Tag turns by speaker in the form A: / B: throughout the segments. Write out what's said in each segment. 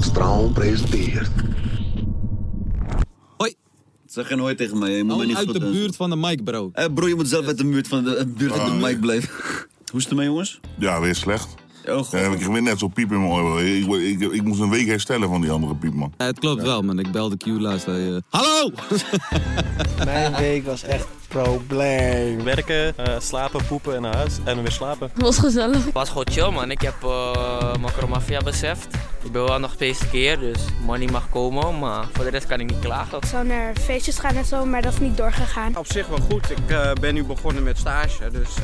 A: Straal presenteert.
B: Hoi.
C: Zeg je nooit tegen mij, je moet
B: Al
C: mij niet
B: uit
C: goed
B: de
C: aan-
B: buurt van de mic, bro.
C: Hé, Eh, bro, je moet zelf uit de buurt van de, eh, buurt
D: Ah,
C: van de mic blijven. Hoe is het ermee, jongens?
D: Ja, weer slecht.
C: Oh, god.
D: Ja, ik kreeg weer net zo'n piep in mijn oor. Ik, ik, ik, ik moest een week herstellen van die andere piep, man.
B: Ja, het klopt wel, man. Ik belde Q laatst. hij, eh, Hallo!
E: Mijn week was echt probleem.
F: Werken, eh, slapen, poepen en naar huis. En weer slapen.
G: Het was gezellig.
H: was gewoon chill man. Ik heb uh, macromafia beseft. Ik ben wel nog steeds keer, dus money mag komen, maar voor de rest kan ik niet klagen.
I: zou naar feestjes gaan en zo, maar dat is niet doorgegaan.
J: Op zich wel goed. Ik eh, ben nu begonnen met stage, dus eh,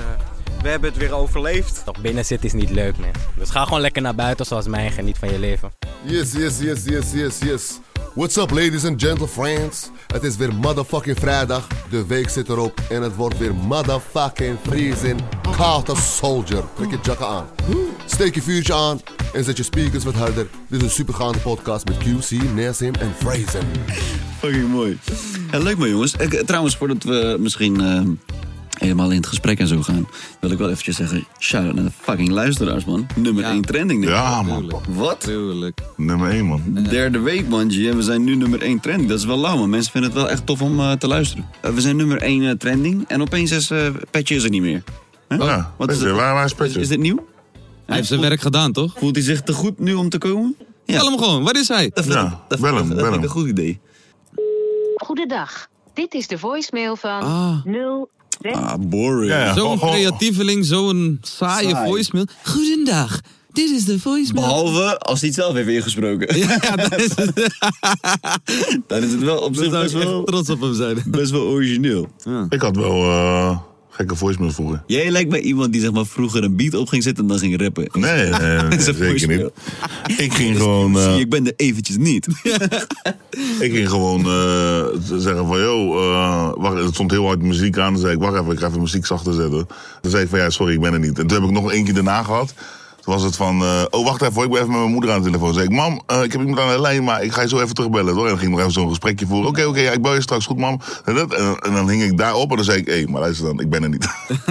J: we hebben het weer overleefd.
K: Toch binnen zitten is niet leuk, man. Dus ga gewoon lekker naar buiten zoals mij en geniet van je leven.
L: Yes, yes, yes, yes, yes, yes. What's up, ladies and gentle friends? Het is weer motherfucking vrijdag. De week zit erop en het wordt weer motherfucking freezing. Koud als soldier. Trek je jacken aan. Steek je vuurtje aan en zet je speakers wat harder. Dit is een supergaande podcast met QC, Nesim en Frazen.
C: Oh, Fucking mooi. Ja, leuk man, jongens. Ik, eh, trouwens, voordat we misschien eh, helemaal in het gesprek en zo gaan... wil ik wel eventjes zeggen, shout-out naar de fucking luisteraars, man. Nummer
B: Ja.
C: 1 trending. dit.
D: Ja, man.
B: Tuurlijk.
C: Wat?
B: Tuurlijk.
D: Nummer 1, man.
C: Derde week, man. G. En we zijn nu nummer 1 trending. Dat is wel lauw, man. Mensen vinden het wel echt tof om eh, te luisteren. Eh, we zijn nummer 1 trending en opeens is eh Petje is er niet meer. Hè?
D: Ja,
C: Wat is
D: het?
C: het?
D: Waar, waar is
C: Is,
D: Petje?
C: is dit nieuw?
B: Hij heeft zijn werk gedaan, toch?
C: Voelt hij zich te goed nu om te komen? Ja,
B: Bel hem gewoon. Waar is hij?
C: dat,
D: Ja,
C: dat- dat-
D: bel hem,
C: dat- dat
D: bel
C: vind ik
D: hem.
C: een goed idee.
M: Goedendag. Dit is de voicemail van
B: Ah.
M: 0.
C: Ah, boring.
D: Ja, ja.
B: Zo'n
D: Oh, oh.
B: creatieveling, zo'n saaie
C: Saai.
B: voicemail. Goedendag, dit is de voicemail.
C: Behalve als hij het zelf heeft ingesproken.
B: Ja, dat is het.
C: Dan is het wel op zich
B: Daar
C: best
B: zou ik echt
C: wel,
B: trots op hem zijn.
C: best wel origineel.
D: Ik had wel eh, gekke voicemail vroeger.
C: Jij lijkt mij iemand die zeg maar, vroeger een beat op ging zetten en dan ging rappen.
D: Nee, nee, nee,
C: is een
D: zeker niet. Ik ging gewoon,
C: Zie,
D: eh,
C: ik ben er eventjes niet.
D: ik ging gewoon eh, zeggen van, yo, eh, wacht, er stond heel hard muziek aan. Dan zei ik, wacht even, ik ga even muziek zachter zetten. Toen zei ik van, ja, sorry, ik ben er niet. En toen heb ik nog eentje daarna gehad. Toen was het van, eh, oh, wacht even, hoor, ik ben even met mijn moeder aan de telefoon. Toen zei ik, mam, eh, ik heb iemand aan de lijn, maar ik ga je zo even terugbellen. Hoor. En dan ging ik nog even zo'n gesprekje voeren. Oké, oké, ja, ik bel je straks, goed, mam. En, dat, en, en dan hing ik daar op en dan zei ik, hé, maar luister dan, ik ben er niet.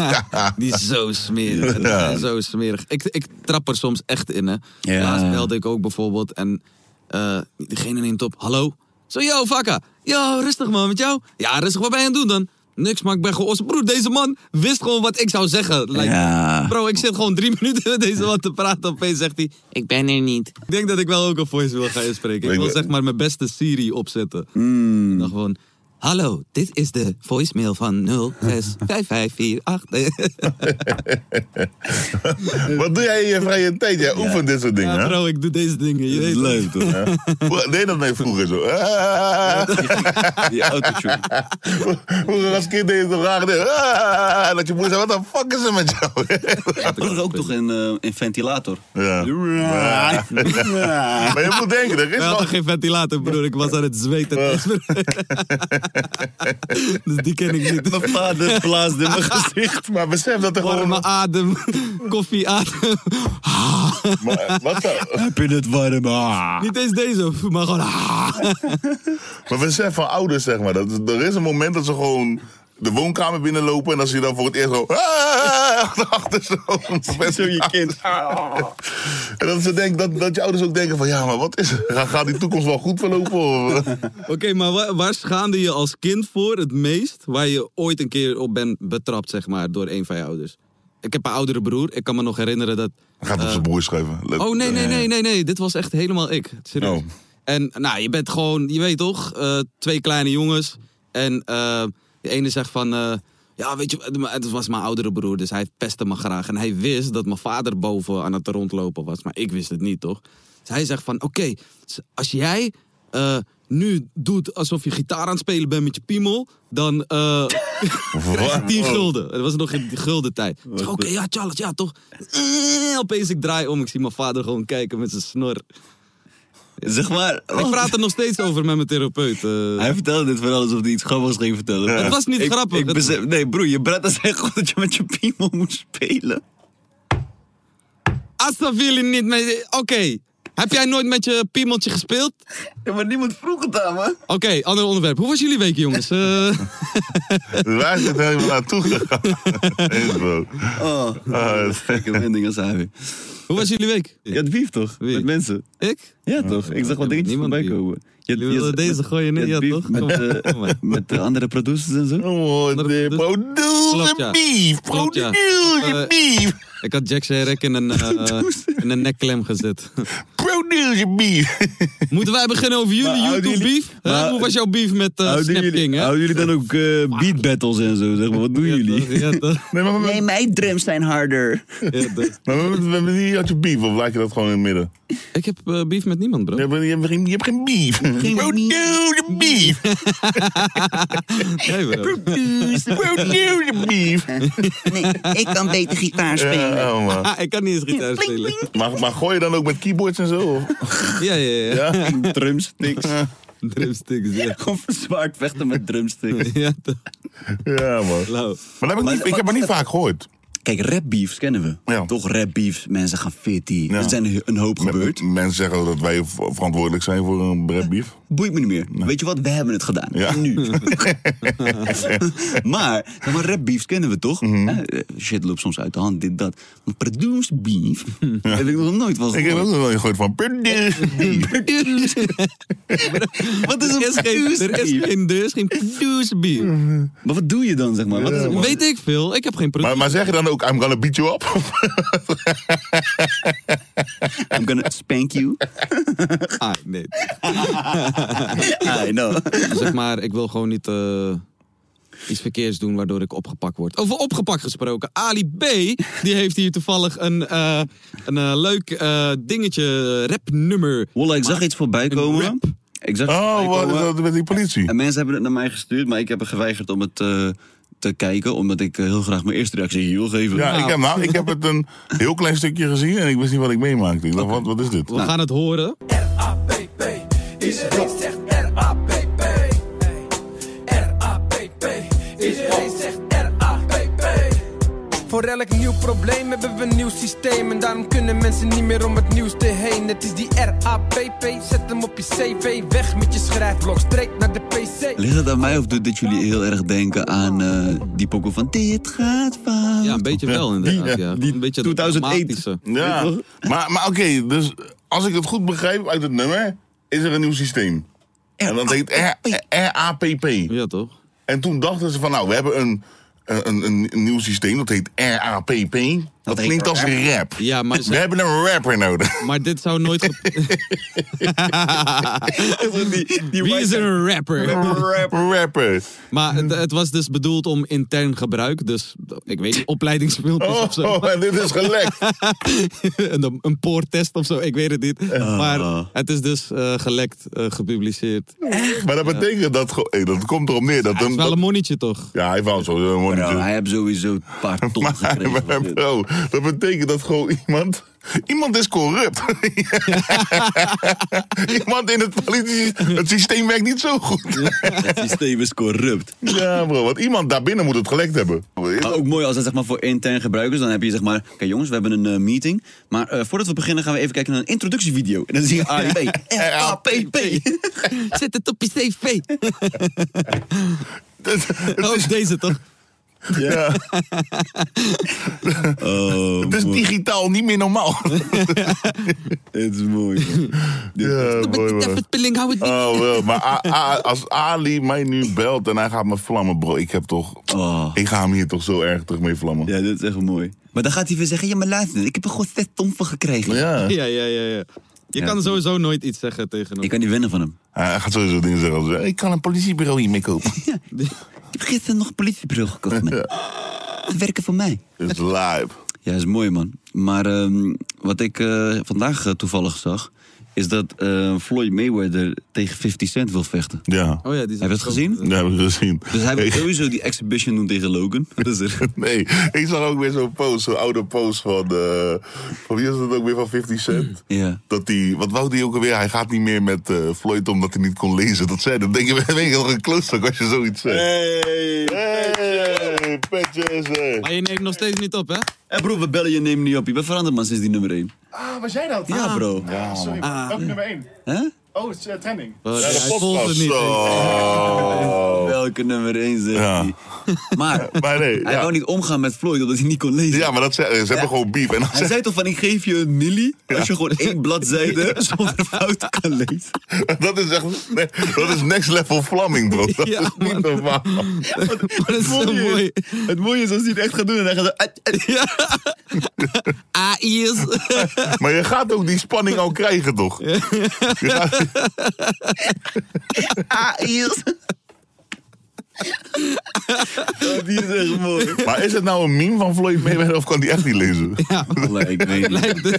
B: Die is zo smerig.
D: Ja.
B: Die is zo smerig. Ik, ik trap er soms echt in, hè.
C: Ja.
B: Laatst belde ik ook bijvoorbeeld en eh, diegene neemt op. Hallo? Zo, yo, Vakka. Yo, rustig man, met jou? Ja, rustig, wat ben je aan het doen dan? Niks, maar ik ben gewoon... Broer, deze man wist gewoon wat ik zou zeggen. Like,
C: Ja.
B: Bro, ik zit gewoon drie minuten met deze man te praten. Opeens zegt hij, ik ben er niet. Ik denk dat ik wel ook een voice wil gaan inspreken. Ik
D: Ik
B: wil
D: ben-
B: zeg maar mijn beste Siri opzetten. En dan gewoon... Hallo, dit is de voicemail van 065548.
D: Wat doe jij in je vrije tijd? Jij oefent dit soort dingen,
B: Ja,
D: hè?
B: bro, ik doe deze dingen. Je
C: Dat is
B: weet het.
C: leuk toch?
D: Ja. Vroeger- Deed dat mij vroeger zo. Ah.
C: Die autotune.
D: Vroeger als kind deed je zo raar dingen. Ah. Dat je moeder zei, wat de fuck is er met jou?
C: Vroeger ook toch in, eh, in ventilator.
D: Ja. Maar je moet denken,
C: Nou,
D: er is
B: Hij had
D: wel...
B: toch geen ventilator, broer. Ik was aan het zweten. dus die ken ik niet.
C: Mijn vader blaasde in mijn gezicht.
D: Maar besef dat er
B: Warme
D: gewoon...
B: adem, koffie adem.
D: Maar, wat zou-
C: Heb je het warm? Ah.
B: Niet eens deze, maar gewoon... ah.
D: maar besef van ouders, zeg maar. Dat, er is een moment dat ze gewoon de woonkamer binnenlopen... en als je dan voor het eerst zo... Ah, achter zo'n
C: Zo je kind.
D: En dat, ze denken, dat, dat je ouders ook denken van... ja, maar wat is er? Ga- Gaat die toekomst wel goed verlopen? Of,
B: Oké, maar waar, waar schaamde je als kind voor het meest... waar je ooit een keer op bent betrapt, zeg maar, door een van je ouders? Ik heb een oudere broer. Ik kan me nog herinneren dat...
D: Gaat op zijn broer schrijven. Leuk.
B: Oh nee, nee, nee, nee, nee. Dit was echt helemaal ik. Serieus.
D: Oh.
B: En nou, je bent gewoon, je weet toch, eh, twee kleine jongens. En eh, de ene zegt van, eh, ja weet je, maar het was mijn oudere broer, dus hij pestte me graag. En hij wist dat mijn vader boven aan het rondlopen was, maar ik wist het niet toch. Dus hij zegt van, oké, s- als jij eh, nu doet alsof je gitaar aan het spelen bent met je piemel, dan... eh, krijg je 10 gulden. Dat was nog in die gulden tijd. Ik zeg, Oké, ja, Charles, ja, toch? Eh, opeens ik draai om, ik zie mijn vader gewoon kijken met zijn snor.
C: Zeg maar.
B: Ik praat er nog steeds over met mijn therapeut. eh.
C: Hij vertelde dit verhaal alsof hij iets grappigs ging vertellen.
B: Het was niet
C: Ik-
B: grappig.
C: ik
B: Het-
C: besef- nee, broer, je bratta zei gewoon dat je met je piemel moest spelen.
B: Als dat jullie niet met... eh, Oké, heb jij nooit met je piemeltje gespeeld?
C: Ja, maar niemand vroeg het aan me.
B: Oké, ander onderwerp. Hoe was jullie week, jongens? Eh,
D: Waar is het helemaal naartoe gegaan? Eens, bro.
C: Oh,
D: Ah,
C: dat is gekke wending als hij weer.
B: Hoe was jullie week?
C: Je had beef toch? Met mensen.
B: Ik?
C: Ja toch? Ik zag wat dingetjes voorbij komen. Je,
B: Jullie wilden deze gooien, nee, ja,
C: beef
B: toch? Eh,
C: Met,
B: Kom maar,
C: eh, met de andere producers en zo.
D: Oh, de
B: Klopt, ja. Klopt, ja. Eh, Ik had Jack Sherrick in een, eh, in een nekklem gezet.
D: Produce beef.
B: Moeten wij beginnen over jullie YouTube beef? Hè,
C: maar-
B: hoe was jouw beef met eh
C: houden,
B: Snap King,
C: jullie,
B: hè?
C: houden jullie dan ook eh, beat battles en zo? Zeg maar, wat doen jullie?
D: Nee, maar,
C: Nee, mijn drums zijn harder.
D: maar met, met, met wie had je beef of laat je dat gewoon in het midden?
B: Ik heb eh, beef met niemand, bro.
D: Je hebt, je hebt geen, je hebt geen beef. Produce beef.
B: Nee, bro.
D: Produce beef.
A: Nee, ik kan beter gitaar spelen.
D: Ja, oh, man.
B: Ah, ik kan niet eens gitaar spelen.
D: Maar, maar gooi je dan ook met keyboards en zo? of?
B: Ja, ja, ja.
D: Ja?
C: Drumsticks.
B: Drumsticks, ja.
C: Gewoon verzwaard vechten met drumsticks.
B: Ja,
D: Ja, man.
B: Lauw.
D: Maar dat heb ik, niet, ik heb het niet vaak gehoord.
C: Kijk, rap beefs kennen we. Toch rap beefs, mensen gaan fitty.
D: Ja.
C: Er zijn een hoop gebeurd.
D: M- mensen zeggen dat wij v- verantwoordelijk zijn voor een rap beef.
C: Boeit me niet meer. Weet je wat? We hebben het gedaan.
D: Ja.
C: Nu. maar, zeg maar rap beefs kennen we toch?
D: Mhm.
C: Eh, Shit loopt soms uit de hand, dit, dat. Maar produce beef heb ik nog nooit was.
D: Ik heb ook nog nooit gehoord van produce beef.
C: Wat is een
B: Er is geen,
C: produce
B: er is
C: beef?
B: geen, er is geen produce beef.
C: Maar wat doe je dan, zeg maar? Wat is het-
B: Weet ik veel, ik heb geen produce
D: Maar, maar zeg je dan ook, I'm gonna beat you up?
C: I'm gonna spank you.
B: Ah, nee.
C: I know.
B: Zeg maar, ik wil gewoon niet eh, iets verkeers doen waardoor ik opgepakt word. Over opgepakt gesproken. Ali B, die heeft hier toevallig een, eh, een eh, leuk eh, dingetje, rapnummer.
C: Wallah, ik zag iets voorbij komen. Ik zag iets voorbij
D: Oh, wat is
C: komen.
D: dat met die politie?
C: En mensen hebben het naar mij gestuurd, maar ik heb er geweigerd om het eh, te kijken. Omdat ik eh, heel graag mijn eerste reactie hier wil geven.
D: Ja, ik heb, nou, ik heb het een heel klein stukje gezien en ik wist niet wat ik meemaakte. Ik dacht, wat, wat is dit?
B: We gaan het horen.
G: Voor elk nieuw probleem hebben we een nieuw systeem. En daarom kunnen mensen niet meer om het nieuws te heen. Het is die RAPP, zet hem op je CV. Weg met je schrijfblok, streek naar de PC.
C: Ligt het aan mij of doet dit jullie heel erg denken aan eh, die pokoe van dit gaat fout?
B: Ja, een beetje wel inderdaad. Ja.
C: die
B: een beetje dat
C: 2008.
B: dramatische.
D: Ja,
C: Weet je
D: maar, maar oké, dus als ik het goed begrijp uit het nummer, is er een nieuw systeem. En dat heet R- RAPP.
B: Ja, toch?
D: En toen dachten ze van, nou, we hebben een, een, een, een nieuw systeem, dat heet RAPP. Dat,
B: heet
D: klinkt als
B: rap.
D: rap.
B: Ja, maar,
D: We hebben een rapper nodig.
B: maar dit zou nooit... ge- Wie is een rapper?
D: Rap, rapper.
B: Maar het, het was dus bedoeld om intern gebruik. Dus, ik weet niet, opleidingsfilmpjes
D: Oh,
B: of zo.
D: en dit is gelekt.
B: een, een poortest of zo, ik weet het niet. Maar het is dus eh, gelekt, eh, gepubliceerd. Het
D: Maar dat betekent dat, gewoon- hey, dat komt erop neer. Dat
B: is
D: een,
B: wel
D: dat-
B: een monnetje, toch?
D: ja, hij wou zo. een
C: Bro,
D: monnetje.
C: Nou, hij heeft sowieso een paar ton gekregen.
D: Maar
C: voor dit.
D: bro, dat betekent dat gewoon iemand. Iemand is corrupt. iemand in het politie. Het systeem werkt niet zo goed.
C: Het systeem is corrupt.
D: ja, bro, want iemand daarbinnen moet het gelekt hebben.
C: Maar ook mooi als dat zeg maar, voor intern gebruikers. Dan heb je zeg maar, oké jongens, we hebben een eh, meeting. Maar eh, voordat we beginnen gaan we even kijken naar een introductievideo. En dan zie je AIP. RAPP.
B: Zet het op je cv.
D: Het- het
B: Oh,
D: is-
B: is deze toch?
D: ja,
C: Oh,
D: het is
C: mooi.
D: digitaal niet meer normaal.
C: Het is mooi. man.
D: ja, mooi, man.
B: Verspilling, hou het niet.
D: Oh, wel. Maar A- A- als Ali mij nu belt en hij gaat me vlammen, bro, ik heb toch.
C: Oh.
D: Ik ga hem hier toch zo erg terug mee vlammen.
C: Ja, dit is echt mooi. Maar dan gaat hij weer zeggen, ja maar luister, ik heb er gewoon zes ton voor gekregen.
D: Ja.
B: Ja, ja, ja, ja. Je
C: Ja.
B: kan sowieso nooit iets zeggen tegen
C: Ik
B: hem.
C: kan niet winnen van hem.
D: Hij gaat sowieso dingen zeggen als. Ik kan een politiebureau hiermee kopen.
C: Ik heb gisteren nog een politiebureau gekocht, man. Ze werken voor mij.
D: Het is live.
C: Ja, is mooi, man. Maar ehm, wat ik eh, vandaag eh, toevallig zag... is dat eh, Floyd Mayweather tegen 50 Cent wil vechten.
D: Ja.
B: Oh ja, die is
C: Heb je het gezien?
D: Dat hebben we gezien.
C: Dus hij wil
D: Ik-
C: sowieso die exhibition doen tegen Logan. Dat is er.
D: Nee, ik zag ook weer zo'n post, zo'n oude post van. eh, van wie is dat ook weer van 50 Cent?
C: Ja.
D: Dat die, wat wou die ook alweer? Hij gaat niet meer met eh, Floyd omdat hij niet kon lezen. Dat zei dan denk je, ben je nog een klootzak als je zoiets zegt.
C: Hey!
D: Hey, petjes, hey.
B: Maar je neemt nog steeds niet op, hè?
C: En broer, we bellen je neem niet op. Je bent veranderd, man, sinds die nummer 1.
N: Ah, was jij dat?
C: Ja, bro.
N: Ah, sorry.
B: Ah.
N: Ook nummer 1.
C: Hè?
N: Oh, het is eh, trending.
B: Maar
D: Ja, de
B: hij volgde
D: podcast,
B: niet.
D: oh.
C: Welke nummer 1 zegt
D: Ja.
C: hij? Maar hij wou niet omgaan met Floyd, omdat hij niet kon lezen.
D: Ja, maar dat ze, ze hebben gewoon beef. En dan
C: hij
D: zeg-
C: zei toch van, ik geef je een milli als je gewoon één bladzijde zonder fouten kan lezen.
D: Dat is echt, nee, dat is next level vlamming, bro. Dat is niet normaal.
C: Het mooie is- Het mooie is als hij het echt gaat doen en hij gaat...
B: AI's.
D: Maar je gaat ook die spanning al krijgen, toch? Je gaat...
C: Die is echt mooi.
D: Maar is het nou een meme van Floyd Mayweather of kan die echt niet lezen?
B: Ja.
C: ik weet
B: niet.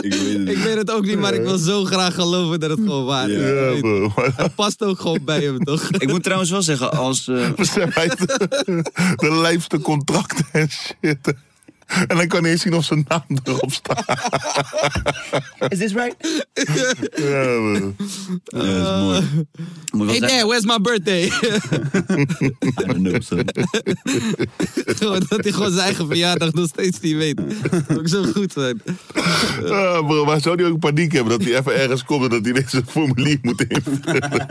B: Ik weet het ook niet, maar ik wil zo graag geloven dat het gewoon waar is.
D: Ja, bro.
B: Het past ook gewoon bij hem, toch?
C: Ik moet trouwens wel zeggen, als... eh,
D: Besef, hij heeft de, de lijfste contracten en shit. En dan kan hij eens zien of zijn naam erop staat.
C: Is this right?
D: Ja, bro.
C: Ja, dat is mooi. eh, Moet
B: Hey
C: ik wel zeggen-
B: dad, where's my birthday?
C: I don't know, son.
B: Gewoon dat hij gewoon zijn eigen verjaardag nog steeds niet weet. Dat zou ook zo goed zijn.
D: Ja, bro, maar zou die ook paniek hebben dat hij even ergens komt en dat hij deze formulier moet invullen?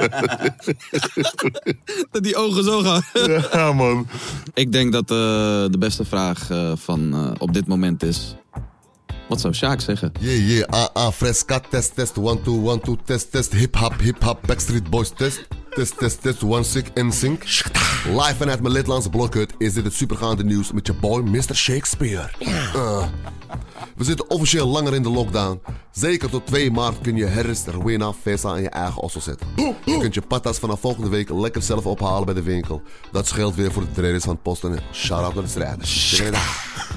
B: Dat die ogen zo gaan.
D: Ja, man.
B: Ik denk dat eh, de beste vraag eh, van eh, op dit moment is... Wat zou Sjaak zeggen?
L: Yeah, yeah, ah, ah, fresca, test, test, one, two, one, two, test, test, hip hop, hip hop, backstreet boys, test, test, test, test, one, sick, en sync. Live vanuit mijn Lidlandse blokhut is dit het supergaande nieuws met je boy Mr. Shakespeare. Eh, we zitten officieel langer in de lockdown. Zeker tot 2 maart kun je Harris, Rowena, Vesa en je eigen ossel zetten. Je kunt je patas vanaf volgende week lekker zelf ophalen bij de winkel. Dat scheelt weer voor de trainers van het posten. Shout-out naar de strijders. Check it out.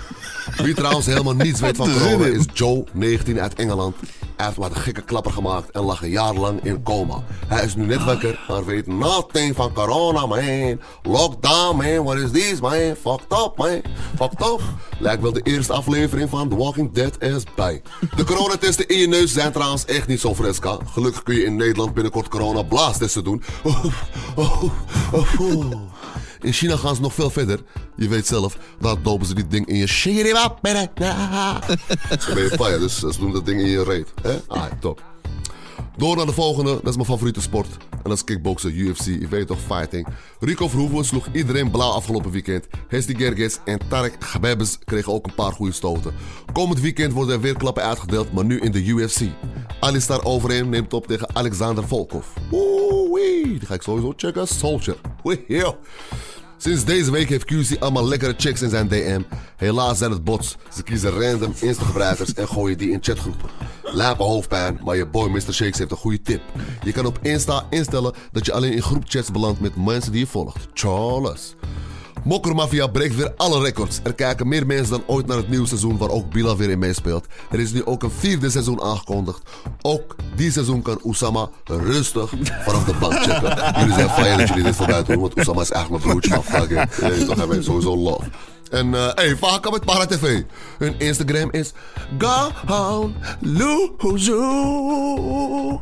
L: Wie trouwens helemaal niets weet van
D: Wat is er
L: corona
D: in?
L: is Joe, 19, uit Engeland. Hij heeft wat een gekke klapper gemaakt en lag een jaar lang in coma. Hij is nu net wakker, maar weet nothing van corona, man. Lockdown, man. What is this, man? Fucked up, man. Fucked up. Lijkt wel de eerste aflevering van The Walking Dead is bij. De coronatesten in je neus zijn trouwens echt niet zo fresca. Gelukkig kun je in Nederland binnenkort corona blaastesten doen. Oh, In China gaan ze nog veel verder. Je weet zelf, daar dopen ze dit ding in je shiribabara. Ze ben je fire, dus ze doen dat ding in je reet. Hè? Ah, top. Door naar de volgende, dat is mijn favoriete sport. En dat is kickboksen, UFC, je weet toch, fighting. Rico Verhoeven sloeg iedereen blauw afgelopen weekend. Hesti Gerges en Tarek Gabebes kregen ook een paar goede stoten. Komend weekend worden er weer klappen uitgedeeld, maar nu in de UFC. Alistar Overeem neemt op tegen Alexander Volkov. Oeh, die ga ik sowieso checken. Soldier. Oei, yo. Sinds deze week heeft QC allemaal lekkere checks in zijn DM. Helaas zijn het bots. Ze kiezen random Insta-gebruikers en gooien die in chatgroepen. Lijpe hoofdpijn, maar je boy Mr. Shakes heeft een goede tip. Je kan op Insta instellen dat je alleen in groepchats belandt met mensen die je volgt. Charles. Mokkermafia breekt weer alle records. Er kijken meer mensen dan ooit naar het nieuwe seizoen waar ook Bila weer in meespeelt. Er is nu ook een vierde seizoen aangekondigd. Ook die seizoen kan Oesama rustig vanaf de bank checken. Jullie zijn fijn dat jullie dit voorbij doen, want Oesama is eigenlijk mijn broertje. Maar fuck it. Je weet toch, hij weet sowieso love. En eh hey, vaak met Para TV. Hun Instagram is Gone Loezoe.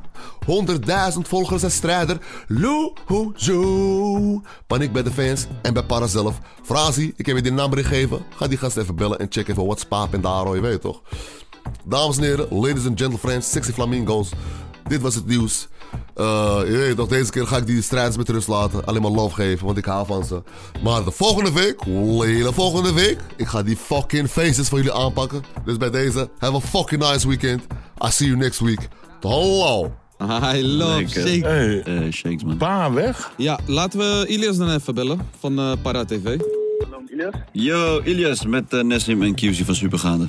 L: 100.000 volgers en strijder Loezoe. Paniek bij de fans en bij Para zelf. Frazi, ik heb je die nummer gegeven. Ga die gast even bellen en check even wat spaap en daar, je weet toch. Dames en heren, ladies and gentle friends, sexy flamingo's. Dit was het nieuws. Eh, je weet toch, deze keer ga ik die strijders met rust laten. Alleen maar love geven, want ik hou van ze. Maar de volgende week, hele volgende week, ik ga die fucking faces van jullie aanpakken. Dus bij deze, have a fucking nice weekend. I see you next week. Hallo.
B: I love
C: Lekker.
B: Shakes.
C: Eh, Shakes, man.
D: Pa, weg?
B: Ja, laten we Ilias dan even bellen van eh Para TV.
C: Yo, Ilias met eh, Nessim en QC van Supergaande.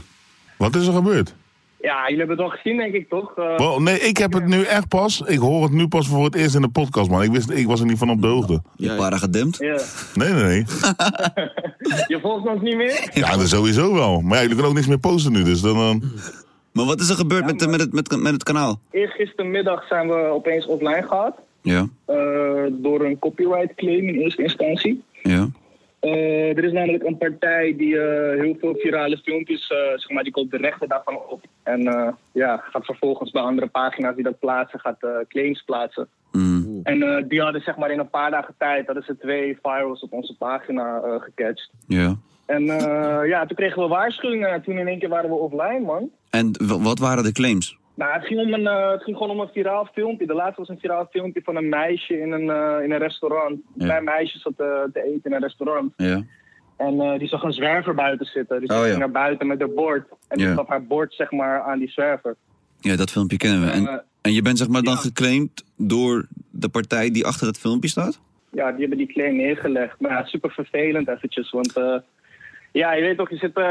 D: Wat is er gebeurd?
N: Ja, jullie hebben het al gezien, denk ik, toch? Eh,
D: Wel, nee, ik heb het nu echt pas. Ik hoor het nu pas voor het eerst in de podcast, man. Ik, wist, ik was er niet van op de hoogte.
C: Je para gedempt?
N: ja.
D: Nee, nee, nee.
N: Je volgt ons niet meer?
D: Ja, dat sowieso wel. Maar ja, jullie kunnen ook niks meer posten nu, dus dan... eh,
C: Maar wat is er gebeurd met, eh, met, het, met, met het kanaal?
N: Eergistermiddag zijn we opeens offline gehad.
C: Ja.
N: eh, door een copyright claim in eerste instantie.
C: Ja.
N: Eh, er is namelijk een partij die eh, heel veel virale filmpjes, eh, zeg maar, die koopt de rechten daarvan op. En eh, ja, gaat vervolgens bij andere pagina's die dat plaatsen, gaat eh, claims plaatsen. En eh, die hadden zeg maar in een paar dagen tijd, hadden ze twee virals op onze pagina eh, gecatcht.
C: Ja.
N: En eh, ja, toen kregen we waarschuwingen. Toen in één keer waren we offline, man.
C: En w- wat waren de claims?
L: Nou, het ging, om een, eh, het ging gewoon om een viraal filmpje. De laatste was een viraal filmpje van een meisje in een, eh, in een restaurant. Een klein meisje zat eh, te eten in een restaurant.
C: Ja.
L: En eh, die zag een zwerver buiten zitten. Dus
C: Oh,
L: die
C: ja.
L: ging naar buiten met haar bord. En die
C: Ja.
L: gaf haar bord zeg maar, aan die zwerver.
C: Ja, dat filmpje kennen we.
L: Eh,
C: En, en je bent zeg maar dan geclaimd door de partij die achter het filmpje staat?
L: Ja, die hebben die claim neergelegd. Maar ja, super vervelend eventjes. Want eh, ja, je weet toch, je zit, eh,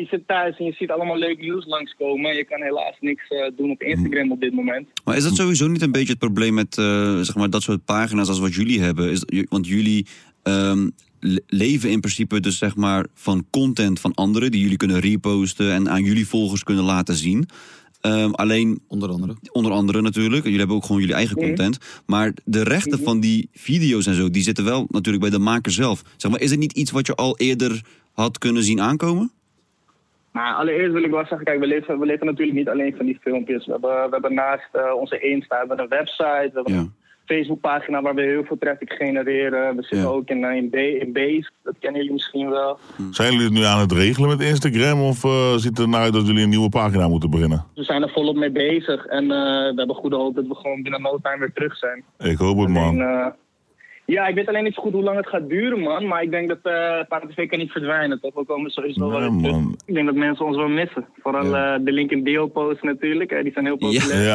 L: je zit thuis en je ziet allemaal leuk nieuws langskomen. Je kan helaas niks eh, doen op Instagram op dit moment.
C: Maar is dat sowieso niet een beetje het probleem met eh, zeg maar dat soort pagina's als wat jullie hebben? Is, want jullie ehm, le- leven in principe dus zeg maar van content van anderen die jullie kunnen reposten en aan jullie volgers kunnen laten zien. Ehm, alleen.
B: Onder andere.
C: Onder andere natuurlijk. Jullie hebben ook gewoon jullie eigen
B: Mhm.
C: content. Maar de rechten van die video's en zo, die zitten wel natuurlijk bij de maker zelf. Zeg maar, is het niet iets wat je al eerder had kunnen zien aankomen?
L: Maar allereerst wil ik wel zeggen, kijk, we leven, we leven natuurlijk niet alleen van die filmpjes. We hebben, we hebben naast eh, onze Insta hebben we een website, we hebben een Facebookpagina waar we heel veel traffic genereren. We zitten ook in, eh, in, Ba- in Base, dat kennen jullie misschien wel.
D: Zijn jullie het nu aan het regelen met Instagram? Of eh ziet het ernaar uit dat jullie een nieuwe pagina moeten beginnen?
L: We zijn er volop mee bezig en eh, we hebben goede hoop dat we gewoon binnen no time weer terug zijn.
D: Ik hoop het, man.
L: En, eh, ja, ik weet alleen niet zo goed hoe lang het gaat duren, man. Maar ik denk dat eh Paard TV kan niet verdwijnen, toch? We komen sowieso wel weer terug. Ik denk dat mensen ons wel missen. Vooral eh, de link in bio posts natuurlijk. hè, die zijn heel populair.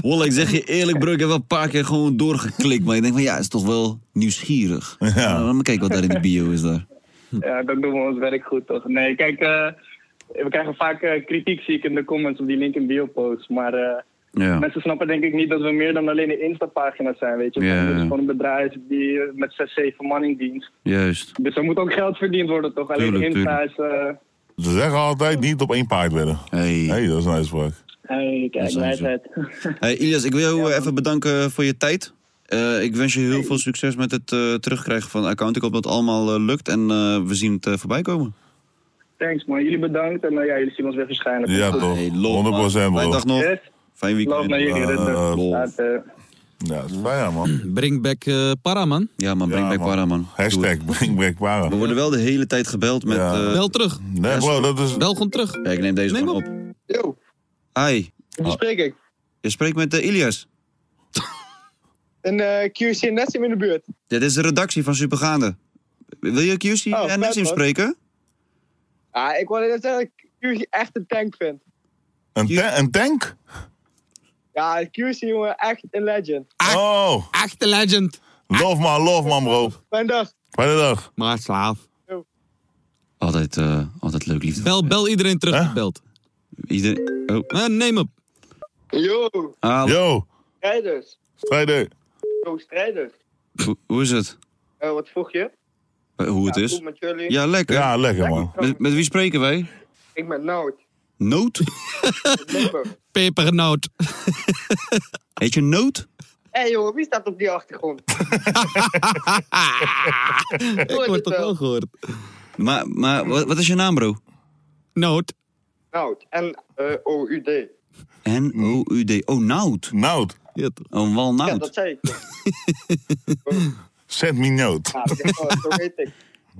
C: Wolle, ik zeg je eerlijk, bro, ik heb wel een paar keer gewoon doorgeklikt. Maar ik denk van ja, het is toch wel nieuwsgierig. Ja. maar kijk wat daar in de bio is daar.
L: Ja, dat doen we ons werk goed, toch? Nee, kijk, eh, we krijgen vaak eh, kritiek, zie ik in de comments op die link in bio posts. Maar eh,
C: Ja.
L: mensen snappen denk ik niet dat we meer dan alleen een Insta-pagina zijn, weet je.
C: Ja,
L: Het
C: ja,
L: is
C: ja.
L: gewoon een bedrijf die eh, met 6, 7 man in dienst.
C: Juist.
L: Dus er moet ook geld verdiend worden, toch? Alleen
D: Tuurlijk,
L: Insta is... eh,
D: Ze zeggen altijd niet op één paard wedden.
C: Hey.
D: dat is een uitspraak.
L: hey,
C: Dat
L: kijk,
C: zijn ze.
L: wijsheid.
C: Hey, Ilias, ik wil jou eh, even bedanken voor je tijd. Eh, ik wens je heel veel succes met het eh, terugkrijgen van de account. Ik hoop dat het allemaal eh, lukt en eh, we zien het eh, voorbij komen.
L: Thanks man, jullie bedankt. En eh, ja, jullie zien ons weer waarschijnlijk.
D: Ja, toch. 100% bro.
C: Fijne dag nog.
L: Yes.
C: Fijn weekend.
L: Love naar
D: eh,
L: jullie, Rutte.
D: Ja, dat is bijna, man.
B: Bring back eh, para, man.
C: Ja, man, bring back para, man.
D: Hashtag bring back para.
C: We worden wel de hele tijd gebeld met... eh,
B: Bel terug.
D: Nee, bro, dat is...
B: Bel gewoon terug.
C: Ja, Eh, ik neem deze gewoon op. Yo. Hi. Oh.
O: Wie spreek ik?
C: Je spreekt met eh, Ilias.
O: Een eh QC en Nessim in de buurt. Oh,
C: Dit is de redactie van Supergaande. Wil je QC en Nassim
O: man.
C: spreken?
O: Ah, ik wil net zeggen dat ik QC echt een tank vind.
D: Een, ta- een tank?
O: Ja, QC jongen, echt een legend.
D: Oh.
B: Echte legend.
D: Love man, love man, bro.
O: Mijn dag.
D: Fijne dag.
B: Maar slaaf.
C: Altijd, eh, altijd leuk, liefde.
B: Bel, bel iedereen terug die belt.
C: Ieder... Oh. Ah,
B: Eh, neem op.
O: Yo,
D: Yo,
O: strijders.
D: strijder.
O: Yo, strijders.
C: Hoe- Hoe is het?
O: Eh, wat vroeg je?
C: Eh, Hoe het
O: Ja,
C: is?
O: goed met jullie.
C: Ja, lekker.
D: Ja, lekker, man.
C: Met, met wie spreken wij?
O: Ik ben Nout.
C: Noot?
B: Pepernoot.
C: Heet je Noot?
O: Hé jongen, wie staat op die achtergrond?
B: Ik word toch wel gehoord.
C: Maar, maar wat, wat is je naam, bro?
B: Noot.
O: Nout, eh, oh, N-O-U-D.
C: N-O-U-D. Oh, Nout.
D: Nout.
C: Een wal
O: ja,
C: Nout.
O: dat zei ik.
D: Send me note.
O: Ja, dat weet ik.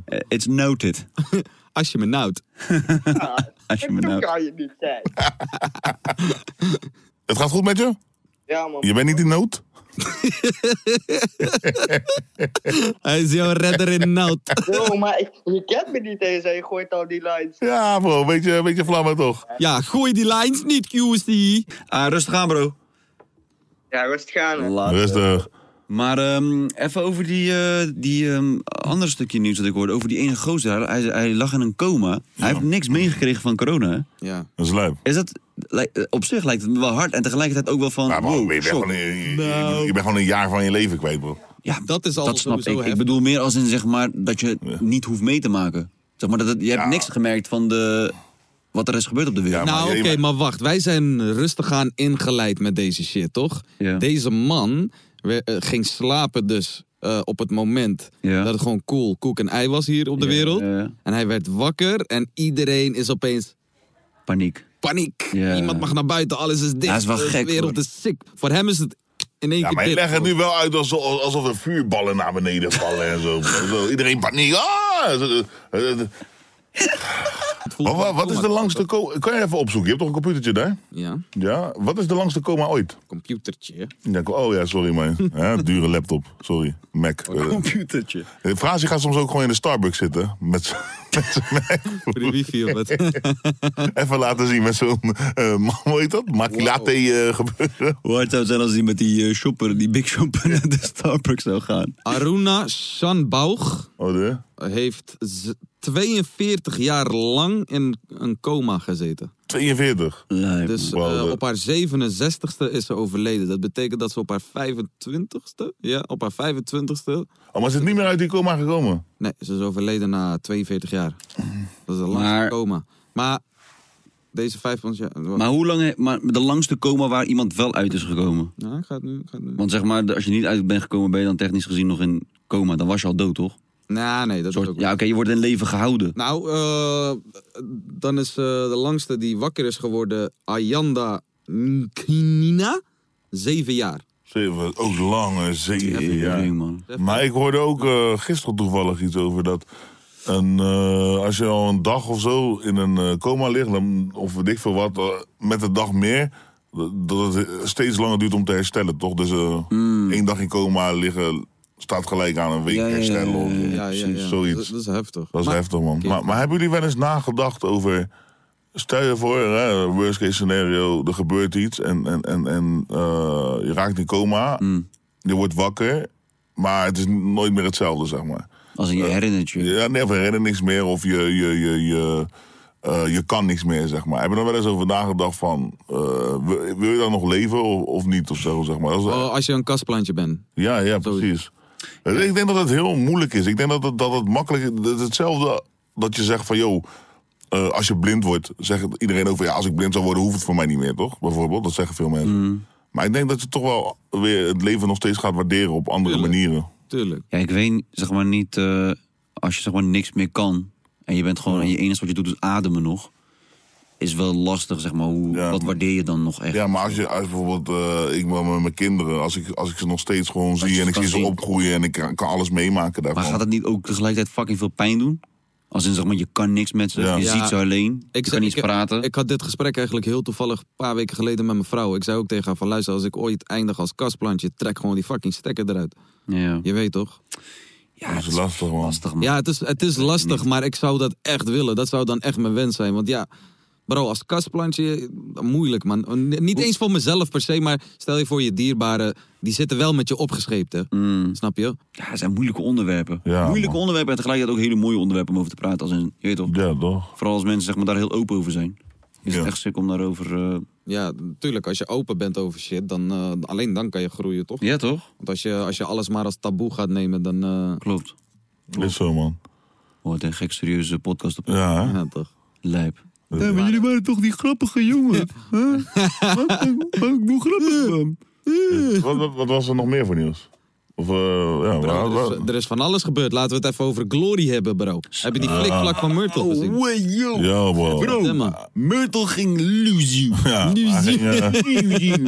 C: Eh, It's noted.
B: Als je me nout.
C: Als je me
O: Dat
C: nout.
O: kan je niet zijn.
D: Het gaat goed met je?
O: Ja man.
D: Je bent niet in nood?
B: Hij is jouw redder in nood.
O: Yo, maar ik, je kent me niet eens en je gooit al die lines.
D: Ja, bro. Beetje, beetje vlammen toch?
B: Ja, gooi die lines niet, QC.
C: Ah, rustig aan, bro.
O: Ja, rustig aan. hè.
D: Rustig.
C: Maar ehm, even over die, eh, die ehm, andere stukje nieuws dat ik hoorde. Over die ene gozer. Hij, hij lag in een coma. Hij heeft niks meegekregen van corona. hè?
B: Ja.
D: Dat is leuk.
C: Is dat, li- eh, op zich lijkt het me wel hard en tegelijkertijd ook wel van.
D: Ja, man,
C: wow,
D: je, bent
C: shock.
D: gewoon, je, je- je bent gewoon een jaar van je leven kwijt, bro.
C: Ja,
B: dat is al
C: dat snap
B: sowieso
C: ik. Ik
B: heftig.
C: bedoel meer als in zeg maar dat je het niet hoeft mee te maken. Zeg maar dat het- je hebt niks gemerkt van de, wat er is gebeurd op de wereld.
B: nou, oké, maar wacht. Wij zijn rustig aan ingeleid met deze shit, toch?
C: Ja.
B: Deze man we- eh, ging slapen dus eh, op het moment dat het gewoon cool koek en ei was hier op de wereld. En hij werd wakker en iedereen is opeens...
C: Nou, Paniek.
B: Paniek.
C: Ja.
B: Niemand mag naar buiten, alles is dicht.
C: Hij is wel
B: de
C: gek,
B: wereld
C: hoor.
B: is sick. Voor hem is het in één
D: Ja,
B: keer
D: maar je
B: dit,
D: legt het
B: bro.
D: nu wel uit alsof, alsof er vuurballen naar beneden vallen en zo. bro. Zo, Iedereen paniek. Ah! Zo, eh, eh, Maar wa- eh, wat is de langste coma? Kan je even opzoeken? Je hebt toch een computertje daar?
B: Ja.
D: Ja? Wat is de langste coma ooit?
B: Computertje.
D: Ja, ko- oh ja, sorry man. Ja, dure laptop. Sorry. Mac.
C: computertje.
D: Frazi gaat soms ook gewoon in de Starbucks zitten. Met z'n- met z'n Mac.
B: wifi of wat?
D: Even laten zien met zo'n, eh, ma- hoe heet dat? Macchilatte eh, gebeuren.
C: Hoe hard zou het zijn als hij met die eh, shopper, die big shopper, naar de Starbucks zou gaan?
B: Aruna Sanbaug
D: Oh,
B: heeft z- 42 jaar lang in een coma gezeten.
D: 42?
B: dus
D: Wow,
B: eh,
D: dat-
B: op haar 67ste is ze overleden. Dat betekent dat ze op haar 25ste... Ja, op haar 25ste...
D: Oh, maar ze is niet meer uit die coma gekomen?
B: Nee, ze is overleden na 42 jaar. Dat is een langste coma. Maar deze 25 jaar...
C: Maar hoe lang, he- maar de langste coma waar iemand wel uit is gekomen?
B: Ja, Nou, ik ga het nu... Ik ga het nu.
C: Want zeg maar, als je niet uit bent gekomen, ben je dan technisch gezien nog in coma. Dan was je al dood, toch?
B: Nou, nee, dat
C: Soort- Ja, oké, je wordt in leven gehouden.
B: Nou, eh, dan is eh, de langste die wakker is geworden Ayanda Nkinina. Zeven jaar.
D: Zeven, ook lange zeven jaar.
C: man.
D: Maar ik hoorde ook eh, gisteren toevallig iets over dat. Een, eh, als je al een dag of zo in een eh, coma ligt, dan, of weet ik veel wat, eh, met de dag meer, dat- dat het steeds langer duurt om te herstellen, toch? Dus eh, één dag in coma liggen staat gelijk aan een week herstellen. of zo. Precies, zoiets.
B: Dat, dat is heftig.
D: Dat is
B: Maar-
D: heftig, man.
B: Oké.
D: Maar, maar hebben jullie wel eens nagedacht over... Stel je voor, hè, worst case scenario, er gebeurt iets en, en, en, en eh, je raakt in coma.
B: Mm.
D: Je wordt wakker, maar het is nooit meer hetzelfde, zeg maar.
C: Als in je herinnert je.
D: Ja, nee, of je herinnert niks meer of je, je, je, je, eh, je kan niks meer, zeg maar. Heb je er wel eens over nagedacht van, eh, wil, wil je dan nog leven of, of niet of zo, zeg maar. Dat is-
B: Oh, als je een kastplantje bent.
D: ja, ja, precies. Ik denk dat het heel moeilijk is. Ik denk dat het, dat het makkelijk is. Dat is hetzelfde dat je zegt van, joh, eh, als je blind wordt, zegt iedereen over, ja, als ik blind zou worden, hoeft het voor mij niet meer, toch? Bijvoorbeeld, dat zeggen veel mensen. Maar ik denk dat je toch wel weer het leven nog steeds gaat waarderen op andere manieren.
B: Tuurlijk.
C: Ja, ik weet zeg maar niet, eh, als je zeg maar niks meer kan en je bent gewoon, en je enige wat je doet is ademen nog, is wel lastig zeg maar. Hoe, wat waardeer je dan nog echt?
D: Ja, maar als je als bijvoorbeeld, eh, ik ben met mijn kinderen, als ik, als ik ze nog steeds gewoon zie en ik zie ze opgroeien en ik kan, kan alles meemaken daarvan.
C: Maar gaat dat niet ook tegelijkertijd fucking veel pijn doen? Als in zeg maar, je kan niks met ze, je
B: Ja.
C: ziet ze alleen, je
B: zei-
C: kan niet praten.
B: Ik had dit gesprek eigenlijk heel toevallig een paar weken geleden met mijn vrouw. Ik zei ook tegen haar van luister, als ik ooit eindig als kastplantje, trek gewoon die fucking stekker eruit.
C: Ja.
B: Je weet toch?
C: Ja,
D: dat is lastig, man.
B: Ja, het is, het is lastig, maar ik zou dat echt willen. Dat zou dan echt mijn wens zijn. Want ja, bro, als kastplantje, eh, moeilijk man. N- Niet eens voor mezelf per se, maar stel je voor je dierbaren, die zitten wel met je opgescheept, hè?
D: Mm.
B: Snap je?
C: Ja, het zijn moeilijke onderwerpen.
B: Ja,
C: moeilijke onderwerpen en tegelijkertijd ook hele mooie onderwerpen om over te praten. Als in, je weet toch?
D: Ja, toch?
C: Vooral als mensen zeg maar, daar heel open over zijn. Is het echt sick om daarover... eh,
B: Ja, natuurlijk. Als je open bent over shit, dan eh, alleen dan kan je groeien, toch?
C: Ja, toch?
B: Want als je, als je alles maar als taboe gaat nemen, dan... eh,
C: Klopt.
D: Is zo, man.
C: Wat een gek serieuze podcast op.
D: Ja,
B: ja toch?
C: Lijp.
P: Ja, maar jullie waren toch die grappige jongen? Huh? Wat? Ik doe grappig man.
D: Wat, wat, wat was er nog meer voor nieuws? Of, eh, ja, waar-
B: Bro, er, is,
D: waar-
B: er is van alles gebeurd. Laten we het even over Glory hebben, bro. Heb je die flikvlak van Myrtle gezien?
P: Oh, wee, yo.
D: Ja, Ah. bro.
B: Bro,
C: Myrtle ging loesie.
D: Ja, hij ging, eh,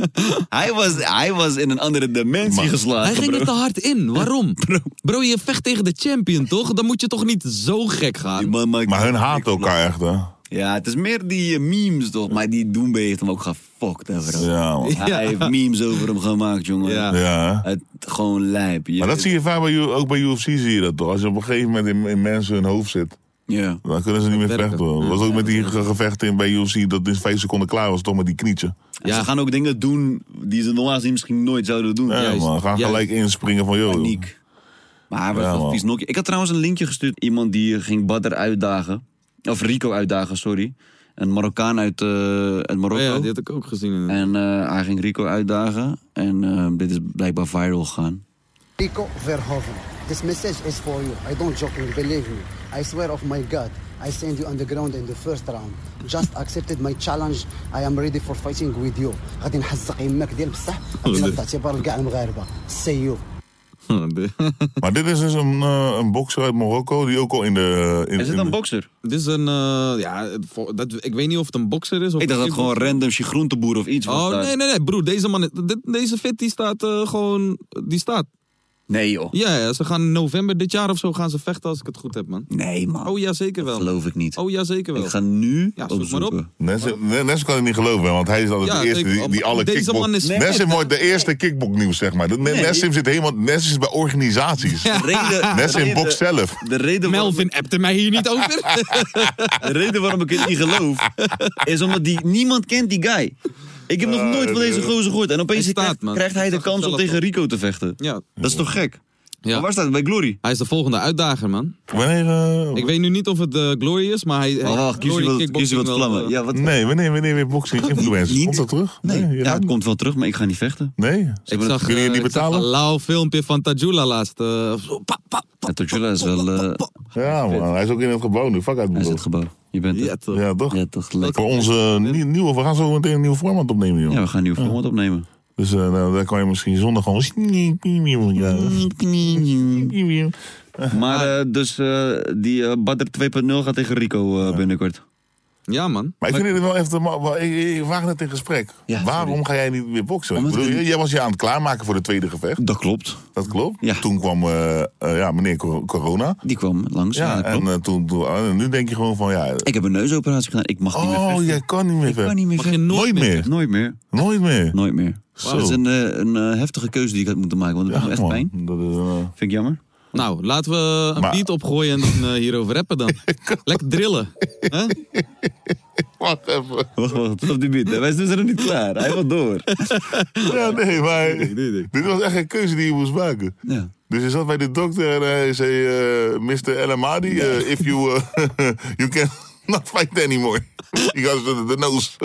C: hij, was, hij was in een andere dimensie geslagen.
B: Hij ging
C: bro.
B: er te hard in. Waarom? Bro. je vecht tegen de champion, toch? Dan moet je toch niet zo gek gaan?
D: maar hun haat elkaar echt, hè?
C: Ja, het is meer die eh, memes toch, maar die Doembe heeft hem ook gefokt. Hè, bro.
D: Ja, man.
C: Hij
D: Ja.
C: heeft memes over hem gemaakt, jongen.
D: Ja. Ja,
C: Het, gewoon lijp. je
D: Maar dat
C: weet-
D: zie je vaak bij, U- ook bij UFC, zie je dat toch? Als je op een gegeven moment in, in mensen hun hoofd zit,
C: Ja.
D: dan kunnen ze niet meer vechten. hoor. Dat was ook met die ge- gevechten in bij UFC, dat in vijf seconden klaar was, toch met die knietje.
C: Ze gaan ook dingen doen die ze normaal gezien misschien nooit zouden doen.
D: Ja, man, gaan gelijk inspringen van, joh.
C: Paniek. Maar hij was
D: Ja,
C: wel
D: man.
C: vies nokje. Ik had trouwens een linkje gestuurd. Iemand die eh, ging Badr uitdagen. Of Rico uitdagen, sorry. Een Marokkaan uit, eh, uit Marokko.
B: Oh
D: Oh
B: ja, die had ik ook gezien.
C: En eh, hij ging Rico uitdagen. En eh, dit is blijkbaar viral gegaan.
Q: Rico Verhoeven. This message is for you. I don't joking, believe me. I swear of my God, I send you underground in the first round. Just accepted my challenge. I am ready for fighting with you. غادي نحزق يماك ديال بصح غادي تعتبر كاع المغاربه. See you.
D: maar dit is dus een, eh, een bokser uit Marokko die ook al in de... In, in de-
C: bokser?
B: Dit is een, eh, ja, het vo- dat, ik weet niet of het een bokser is. Of
C: Ik dacht dat het gewoon random je groenteboer of iets was.
B: Oh,
C: daar.
B: nee, nee, nee, broer. Deze man, dit- deze fit, die staat eh, gewoon, die staat.
C: Nee joh.
B: Ja, ja, ze gaan in november dit jaar of zo gaan ze vechten als ik het goed heb, man.
C: Nee man.
B: Oh ja, zeker wel.
C: Geloof ik niet.
B: Oh ja, zeker wel.
C: Ik ga nu
B: Ja, zoek maar op.
D: Nes kan het niet geloven, hè, want hij is altijd
B: Ja,
D: de eerste
B: ik-
D: die, die alle
B: deze
D: kickbox...
B: man is- Nee.
D: Nes heeft nooit de eerste kickboxnieuws, zeg maar.
C: Nee.
D: Nessim zit helemaal... Nes is bij organisaties.
C: De reden- de
D: Nessim
C: reden-
D: box zelf.
C: De reden waarom,
B: Melvin appte mij hier niet over.
C: de reden waarom ik het niet geloof, is omdat die, niemand kent die guy. Ik heb nog nooit van deze gozer gehoord. En opeens
B: Ah, Hij staat,
C: krijgt,
B: man.
C: krijgt hij
B: Ik
C: de
B: zag het
C: kans om
B: zelf
C: tegen
B: al.
C: Rico te vechten.
B: ja.
C: Dat is toch gek?
B: Ja.
C: Maar waar staat het? Bij Glory?
B: Hij is de volgende uitdager, man.
D: Wanneer... eh,
B: Ik weet nu niet of het eh, Glory is, maar hij... hij-
C: Oh, kies je
B: Glory
C: wat-
B: kickboxing
C: kies je wat
B: wel,
C: vlammen.
B: eh,
C: Ja, wat,
D: Nee, wanneer, wanneer weer boxing influencers?
C: niet.
D: Komt dat terug?
C: Nee,
D: je
C: ja,
D: gaat-
C: het komt wel terug, maar ik ga niet vechten.
D: nee.
B: Ik
C: het-
B: zag,
D: kun je
B: eh,
D: niet
B: ik zag
D: betalen?
B: een lauw filmpje van Tajula laatst. eh, of zo, pa, pa.
C: Ja, Tortilla is wel... eh,
D: Ja, man. Hij is ook in het gebouw nu. Fuck uit,
C: hij is
D: broer.
C: het gebouw. Je bent er.
B: Ja, toch.
D: Ja, toch?
C: Ja, toch lekker.
D: Voor onze eh, nie- nieuwe... We gaan zo meteen een nieuw format opnemen, joh.
C: Ja, we gaan nu nieuw format opnemen.
D: Dus eh, nou, daar kan je misschien zondag gewoon...
C: Maar eh, dus eh, die eh, Badr 2.0 gaat tegen Rico eh, binnenkort.
B: Ja, man.
D: Maar ik vind het wel even... maar- maar Ik ik vraag net in gesprek.
C: Ja,
D: Waarom ga jij niet meer boksen? Ik
C: Omdat
D: bedoel,
C: ik-
D: jij was je aan het klaarmaken voor het tweede gevecht.
C: Dat klopt.
D: Dat klopt.
C: Ja.
D: Toen kwam eh, eh, ja, meneer Cor- Corona.
C: Die kwam langs. Ja,
D: Ja,
C: dat
D: en
C: klopt.
D: eh, toen, toen- en nu denk je gewoon van ja.
C: Ik heb een neusoperatie gedaan. Ik mag niet meer
D: Oh,
C: vechten.
D: jij kan niet meer
C: Ik kan
D: verder.
C: niet meer
B: Mag je
C: vechten.
B: nooit
D: Nooit
B: meer.
D: meer.
C: Nooit meer.
D: Nooit meer.
C: Nooit meer.
D: Zo.
C: Dat is een, eh, een eh, heftige keuze die ik had moeten maken. Want het doet
D: Ja,
C: me echt
D: man.
C: pijn.
D: Dat is, eh,
C: Vind ik jammer.
B: Nou, laten we een
D: Maar-
B: beat opgooien en dan eh, hierover rappen dan. Lekker drillen. hè?
D: Wacht even.
C: Wacht, wacht. Op die beat. Wij zijn er nog niet klaar. Hij wil door.
D: Ja, nee, maar dit was echt een keuze die je moest maken.
C: Ja.
D: Dus je zat bij de dokter en hij zei, eh, Mr. El Amadi, eh, if you, eh, you can not fight anymore. Ik was de, de noos.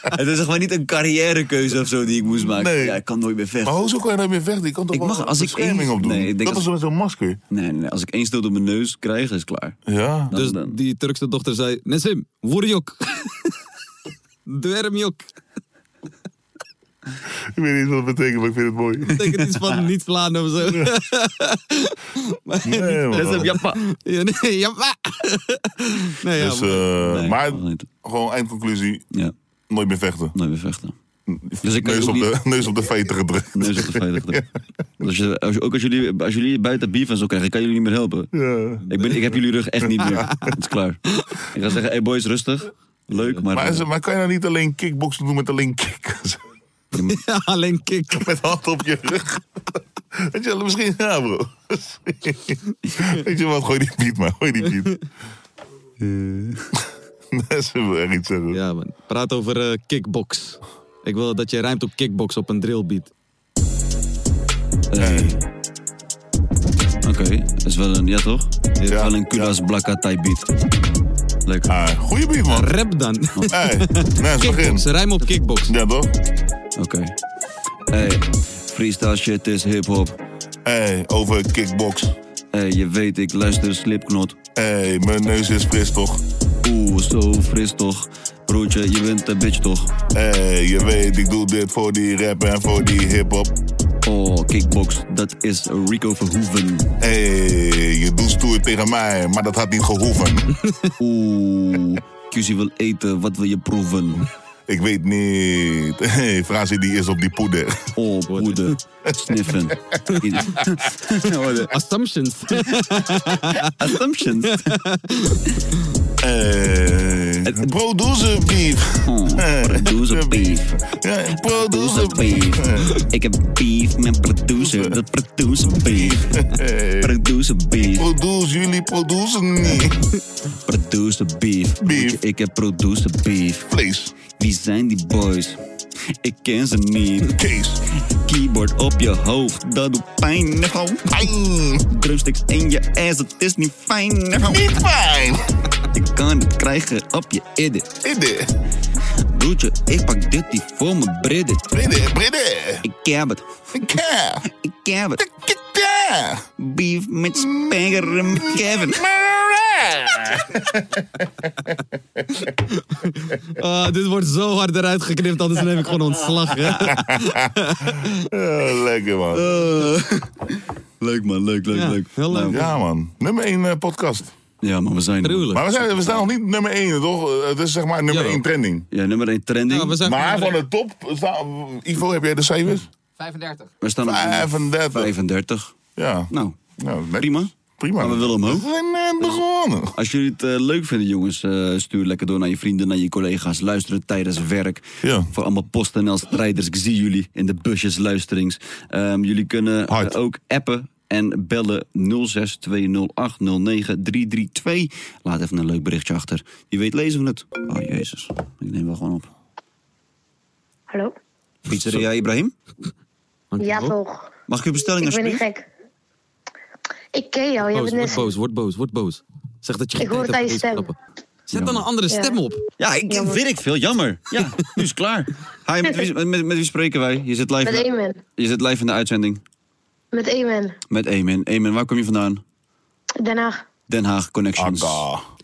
C: Het is zeg maar niet een carrièrekeuze of zo die ik moest maken.
D: Nee. Oh.
C: Ja, ik kan nooit meer vechten.
D: Maar hoezo kan je daar meer vechten? Ik kan toch
C: Ik
D: wel
C: mag-
D: een
C: als ik
D: bescherming
C: één-
D: op doen?
C: Nee, ik denk
D: dat is
C: als-
D: met zo'n masker.
C: Nee, nee, nee. Als ik één stoot op mijn neus krijg, is het klaar.
D: Ja.
C: Dat
B: Dus
C: is dan.
B: die Turkse dochter zei... Nesim, woerjok. Dwermjok.
D: Ik weet niet wat het betekent, maar ik vind het mooi.
B: Betekent iets van niet slaan of zo.
D: Nee, man.
C: Nesim, jappa.
B: Ja, nee, ja, maar... Nee, ja,
D: Dus,
B: maar-
D: eh,
C: Nee,
D: maar
C: mag niet.
D: gewoon eindconclusie,
C: Ja,
D: nooit meer vechten.
C: nooit meer vechten. Dus ik kan je
D: Neus
C: ook
D: op,
C: niet...
D: de, neus op de feiten gedrukt.
C: Neus op de veiligde. Dus Als je, als je- ook als jullie, als jullie buiten beef en zo krijgen, ik kan jullie niet meer helpen.
D: Ja.
C: Ik, ben, ik heb jullie rug echt niet meer. Het is klaar. Ik ga zeggen, hey boys, rustig. Leuk, maar...
D: Maar, is- maar kan je nou niet alleen kickboksen doen met alleen kick?
B: Ja, alleen kick.
D: Met hand op je rug. Weet je, wel, misschien, ja bro. Weet je wat, gooi die piet maar, gooi die piet. Dat is wel echt iets zeggen.
B: Ja, man. Praat over eh, kickbox. Ik wil dat je rijmt op kickbox op een drillbeat.
C: eh, Oké, dat is wel een... Ja, toch? Het is
D: Ja,
C: wel een Kudas Blakka Thai beat. Lekker.
D: Ah, goeie beat man.
B: Rap dan.
D: Hey, nee, begin.
B: Kickbox, rijm op kickbox.
D: Ja toch?
C: Oké. Hey, freestyle shit is hip-hop.
D: Hey, over kickbox.
C: Hey, je weet, ik luister slipknot.
D: Hey, mijn neus is fris toch?
C: Oeh, zo fris toch. Broertje, je bent een bitch toch.
D: Hey, je weet, ik doe dit voor die rap en voor die hip-hop.
C: Oh, kickbox, dat is Rico Verhoeven.
D: Hey, je doet stoer tegen mij, maar dat had niet gehoeven.
C: Oeh, QC wil eten, wat wil je proeven?
D: Ik weet niet. Hey, Frazi die is op die poeder.
C: Oh, poeder, sniffen.
B: Assumptions.
C: Assumptions.
D: Hey, producer beef.
C: Oh, producer beef.
D: Ja,
C: Producer
D: producer
C: beef. Ik heb beef met producer, dat producer beef.
D: Hey,
C: Producer beef,
D: produce, jullie produceren niet.
C: producer beef. Broertje, Ik heb producer beef.
D: Vlees,
C: Wie zijn die boys? Ik ken ze niet.
D: Kees,
C: Keyboard op je hoofd, dat doet pijn.
D: pijn.
C: Drumsticks in je ass, het is niet fijn.
D: Niet fijn.
C: Ik kan het krijgen op je idde.
D: Idde,
C: Broertje, ik pak dit die voor mijn bridden.
D: bridde, bridde.
C: Ik heb het,
D: Kika,
C: ik heb het.
D: kika.
C: Beef met Spanger en met Kevin.
D: eh,
B: Ah, dit wordt zo hard eruit geknipt, anders neem ik gewoon ontslag. Hè?
D: Eh, Lekker man.
C: Leuk man, leuk, leuk,
B: Ja,
C: leuk.
B: heel leuk.
C: Nou,
D: Ja man, nummer 1 podcast.
C: ja, maar we zijn...
B: Gruwelijk.
D: Maar we, zijn, we staan nog niet nummer 1, toch? Eh, Het is zeg maar nummer
B: Jawel.
D: 1 trending.
C: Ja, nummer 1 trending.
B: Ja, Nou, we zijn
D: Maar
B: gewoon-
D: van de top, staan- Ivo, heb jij de cijfers?
R: 35.
C: We staan op
D: 35.
C: 35.
D: Ja.
C: Nou,
D: prima. Prima.
C: Maar we willen omhoog.
D: We zijn net begonnen.
C: Als jullie het eh, leuk vinden, jongens, eh, stuur lekker door naar je vrienden, naar je collega's. Luister het tijdens werk. Voor allemaal PostNL-strijders. Ik zie jullie in de busjes luisterings. Ehm, jullie kunnen eh, ook appen en bellen 0620809332. Laat even een leuk berichtje achter. Wie weet lezen we het. Oh, jezus. Ik neem wel gewoon op.
S: Hallo?
C: Pizzeria Ibrahim?
S: Ja, toch.
C: Mag ik uw bestelling
S: Ik ben niet
C: alsjeblieft?
S: gek. Ik ken jou. Je
B: Boos,
D: Oh,
S: bent
B: word
S: net...
B: boos, word boos, word boos. Zeg dat je geen
S: Ik hoor
B: tijd
S: het
B: hebt
S: aan je
B: voor deze
S: stem.
B: grappen. Zet dan een andere
S: Ja.
B: stem op.
C: Ja, ik
S: Jammer.
C: weet ik veel. Jammer. Ja, nu is het klaar. Hi, met wie, met, met wie spreken wij? Je zit, live
S: Met
C: in de,
S: Amen.
C: je zit live in de uitzending
S: Met Amen.
C: met Eamon. Eamon, waar kom je vandaan?
S: Daarna.
C: Den Haag Connections.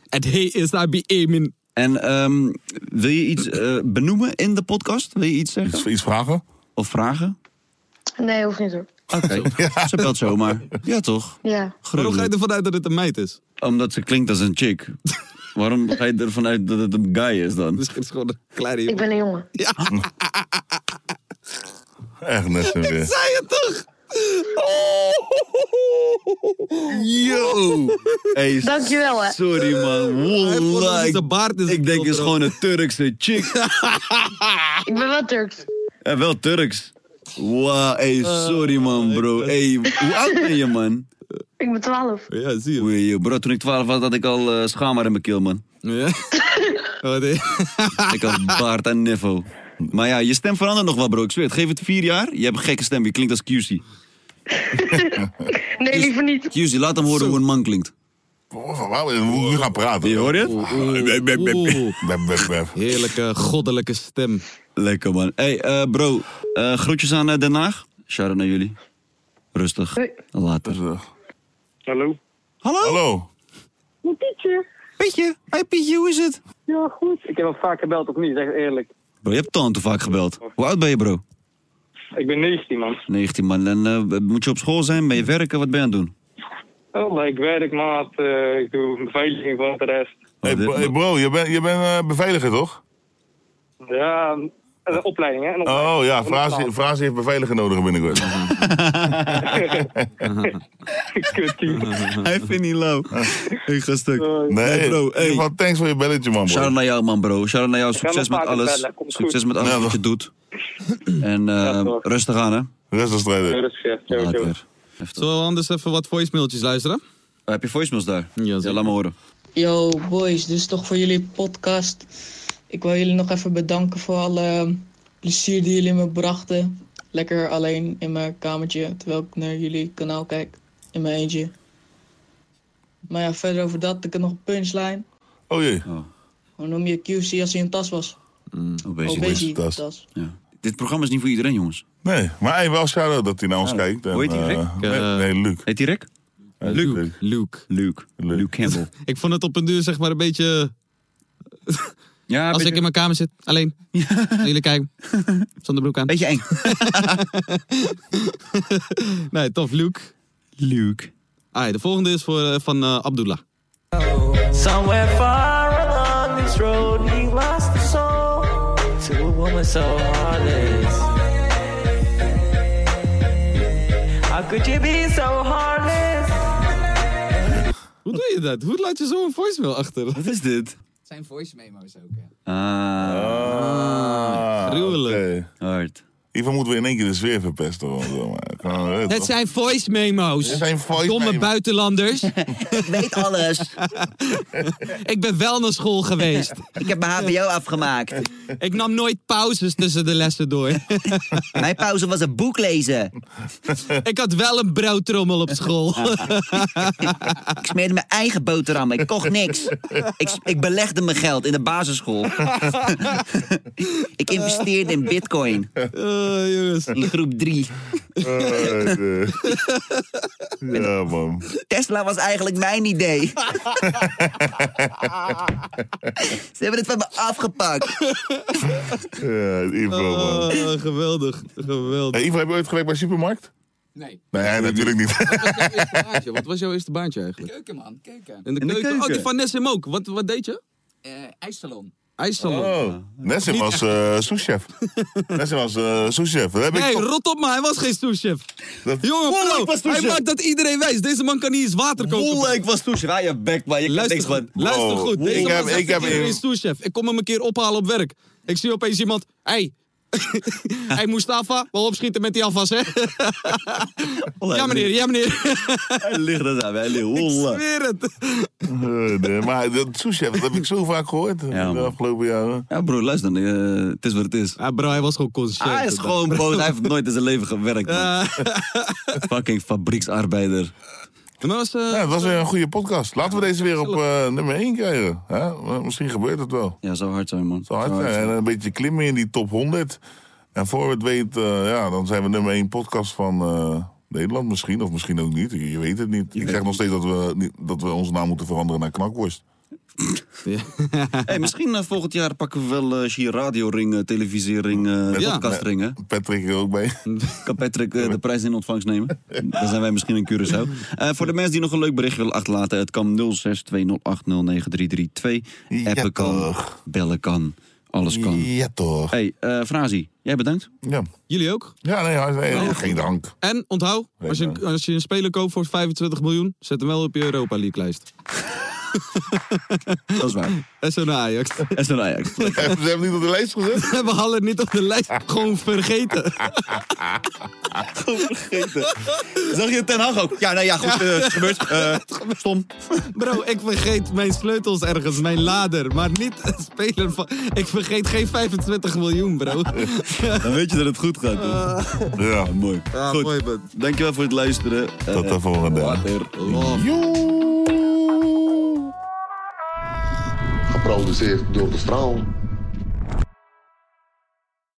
B: Het hey is be Eamon.
C: En ehm, wil je iets eh, benoemen in de podcast? Wil je iets zeggen? Iets,
D: vragen?
C: Of vragen?
S: Nee, hoeft niet hoor.
C: Oké, ze belt zomaar. Ja, toch?
S: Ja.
B: Waarom ga je ervan uit dat het een meid is?
C: Omdat ze klinkt als een chick. Waarom ga je ervan uit dat het een guy is dan?
B: Misschien is gewoon een kleine
S: Ik ben een jongen.
D: Echt net zo weer.
B: zei het toch?
C: Yo! Hey,
S: Dankjewel, hè.
C: Sorry man, wallah. ik-
B: Dus
C: Ik denk het is gewoon een Turkse chick.
S: Ik ben wel Turks.
C: Ja, wel Turks. Wow, hey, sorry man bro. Hey, hoe oud ben je man?
S: Ik ben 12.
B: Ja, zie je.
C: bro, toen ik 12 was had ik al eh schaamhaar in mijn keel man.
B: Ja.
C: ik had baard en niffo. Maar ja, je stem verandert nog wel bro, ik zweer het. Geef het vier jaar, je hebt een gekke stem, je klinkt als QC.
S: Nee, liever niet.
C: QC, laat hem horen hoe een man klinkt. Oh,
D: Hoe we gaan praten.
C: Je hoort het?
B: Heerlijke, goddelijke stem.
C: Lekker man. Hey eh, bro, eh, groetjes aan eh, Den Haag. Shout-out naar jullie. Rustig. Later.
T: Hallo.
C: Hallo?
D: Eh, Hallo.
T: Met Pietje.
C: Pietje? Hey Pietje, hoe is het?
T: Ja, goed. Ik heb al vaak gebeld of niet, zeg eerlijk.
C: Bro, je hebt Toon te vaak gebeld. Hoe oud ben je bro?
T: Ik ben 19, man.
C: 19 man. En eh, moet je op school zijn? Ben je werken? Wat ben je aan het doen?
T: Oh, maar ik werk, maat. Eh, ik doe beveiliging van de rest.
D: Hey, bro, hey, bro, je bent je bent eh, beveiliger, toch?
T: Ja, een opleiding, hè? Een opleiding.
D: Oh ja,
T: Van de
D: Frazi
T: taal.
D: Frazi heeft beveiliger nodig binnenkort.
C: Hij vindt niet low. Ik ga stuk.
D: Ah. Nee,
C: bro.
D: in ieder geval, thanks voor je belletje, man. Bro.
C: Shout-out naar jou man bro. Shout-out naar jou.
D: Ik ga
C: Succes
D: nog
C: met
D: vaker
C: alles.
D: bellen. Komt goed.
C: Succes met alles
D: Ja,
C: wat je doet. En eh, rustig aan hè.
D: Rustig strijden.
C: Later. Oh,
B: Zullen we anders even wat voicemailtjes luisteren?
C: heb je voicemails daar?
B: Ja,
C: laat me horen.
U: Yo boys, dus toch voor jullie podcast. Ik wil jullie nog even bedanken voor alle plezier die jullie me brachten. Lekker alleen in mijn kamertje, terwijl ik naar jullie kanaal kijk. In mijn eentje. Maar ja, verder over dat, ik heb nog een punchline.
D: Oh jee.
U: Hoe noem je QC als hij een tas was?
D: Oh,
C: Obesity.
U: Obesity tas.
C: Dit programma is niet voor iedereen, jongens.
D: Nee, maar hey, wel shout-out dat hij naar ons kijkt. En,
C: Hoe heet die,
D: eh,
C: Rick?
D: nee, nee, Luc.
C: Heet hij Rick?
B: Luke. Luke.
C: Luke. Luke Campbell.
B: Ik vond het op een duur zeg maar een beetje...
C: Ja,
B: Als
C: beetje-
B: ik in mijn kamer zit, alleen. En jullie kijken. Zonder broek aan.
C: Beetje eng.
B: nee, tof, Luke.
C: Luke.
B: Allee, de volgende is voor, eh, van eh, Abdullah.
O: Somewhere far along this road, he lost his soul to a woman so heartless. How could you be so heartless?
B: Hoe doe je dat? Hoe laat je zo een voicemail achter? Wat
C: is dit?
R: Zijn voice memo's ook. hè.
C: Ah.
D: Gruwelijk.
C: Hard.
D: Hiervan moeten we in één keer de sfeer verpesten. Want, eh, maar, kan, eh,
R: Het
D: toch?
R: zijn voice memo's.
D: Het zijn voice
R: Domme
D: memo's.
R: buitenlanders. ik
V: weet alles.
R: ik ben wel naar school geweest.
V: Ik heb mijn HBO afgemaakt.
R: Ik nam nooit pauzes tussen de lessen door.
V: Mijn pauze was een boek lezen.
R: ik had wel een broodtrommel op school.
B: Ah,
V: Ik smeerde mijn eigen boterhammen. Ik kocht niks. Ik, s- ik belegde mijn geld in de basisschool. ik investeerde in bitcoin. In groep 3.
D: Eh, nee. ja, man.
V: Tesla was eigenlijk mijn idee. Ze hebben het van me afgepakt.
D: Ja, Ivo, man.
B: geweldig, geweldig.
D: Hey, Ivo, heb je ooit gewerkt bij Supermarkt?
R: Nee.
D: Nee, hij natuurlijk niet.
B: Wat was jouw eerste baantje eigenlijk?
R: Keuken man, keuken.
B: In de keuken. Oh, die van Nessim ook. Wat, wat deed je?
R: Eh, ijssalon.
B: ijssalon.
D: Oh. Nessim was eh souschef. Nessim was eh souschef. Dat heb ik
B: Nee,
D: toch-
B: rot op man, hij was geen stoelchef. Jongen, Paulo,
C: was
B: hij
C: stoelchef.
B: maakt dat iedereen wijs. Deze man kan niet eens water koken.
C: Wollek was toesje. Waar je bek, maar je kan
B: Luister
C: niks
B: goed,
C: van.
B: luister goed. Deze
C: Ik
B: man
C: heb,
B: zegt
C: ik heb
B: iedereen is stoelchef. Ik kom hem een keer ophalen op werk. Ik zie opeens iemand, hey. hey Mustafa, wel opschieten met die afwas, hè? ja meneer, ja meneer.
C: Hij ligt dat aan, hij ligt.
B: Ik
C: Wollek.
B: zweer het.
D: Eh, nee, maar dat souschef, dat heb ik zo vaak gehoord eh, de afgelopen jaren.
C: Ja, bro, luister. eh, Het is wat het is.
B: Ah, bro, hij was gewoon consciënt.
C: Ah, Hij is gewoon boos. Hij heeft nooit in zijn leven gewerkt, man.
B: Eh,
C: Fucking fabrieksarbeider.
B: eh,
D: Ja, het was weer een goede podcast. Laten we deze weer op eh, nummer 1 krijgen. Hè? Maar Misschien gebeurt het wel.
C: Ja, zou hard zijn, man.
D: Zou hard zijn. En een beetje klimmen in die top 100. En voor we het weet, eh, ja, dan zijn we nummer 1 podcast van eh, Nederland misschien. Of misschien ook niet. Je weet het niet. Ik zeg nog steeds dat we, niet- dat we onze naam moeten veranderen naar Knakworst.
C: Hey, misschien eh, volgend jaar pakken we wel eh, als je hier radioring, eh, televisiering, eh
D: Ja.
C: podcastring. hè?
D: Patrick er ook bij.
C: Kan Patrick eh, de prijs in ontvangst nemen? Dan zijn wij misschien een Curaçao. Eh, voor de mensen die nog een leuk bericht willen achterlaten, het kan 0620809332. Appen kan, bellen kan, alles kan.
D: Ja toch.
C: Hey, eh Frazi, jij bedankt.
D: Ja.
B: Jullie ook?
D: Ja, nee, hij- nee,
B: Oh.
D: geen dank.
B: En onthoud, als je, als je een speler koopt voor 25 miljoen, zet hem wel op je Europa League lijst.
C: Dat is waar.
B: SO naar Ajax.
C: SO naar Ajax.
D: Ze hebben het niet op de lijst gezet?
B: We hadden het niet op de lijst, gewoon vergeten.
C: Gewoon vergeten. Zag je Ten Hag ook? Ja, nou ja, goed, eh, het gebeurt. Eh, stom.
B: Bro, ik vergeet mijn sleutels ergens, mijn lader. Maar niet een speler van... Ik vergeet geen 25 miljoen, bro.
C: Dan weet je dat het goed gaat. toch?
D: Ja.
C: Ah, Mooi.
B: Ah,
C: goed. Dankjewel voor het luisteren.
D: Tot de volgende.
C: Later. Love.
Q: Geproduceerd door de straal.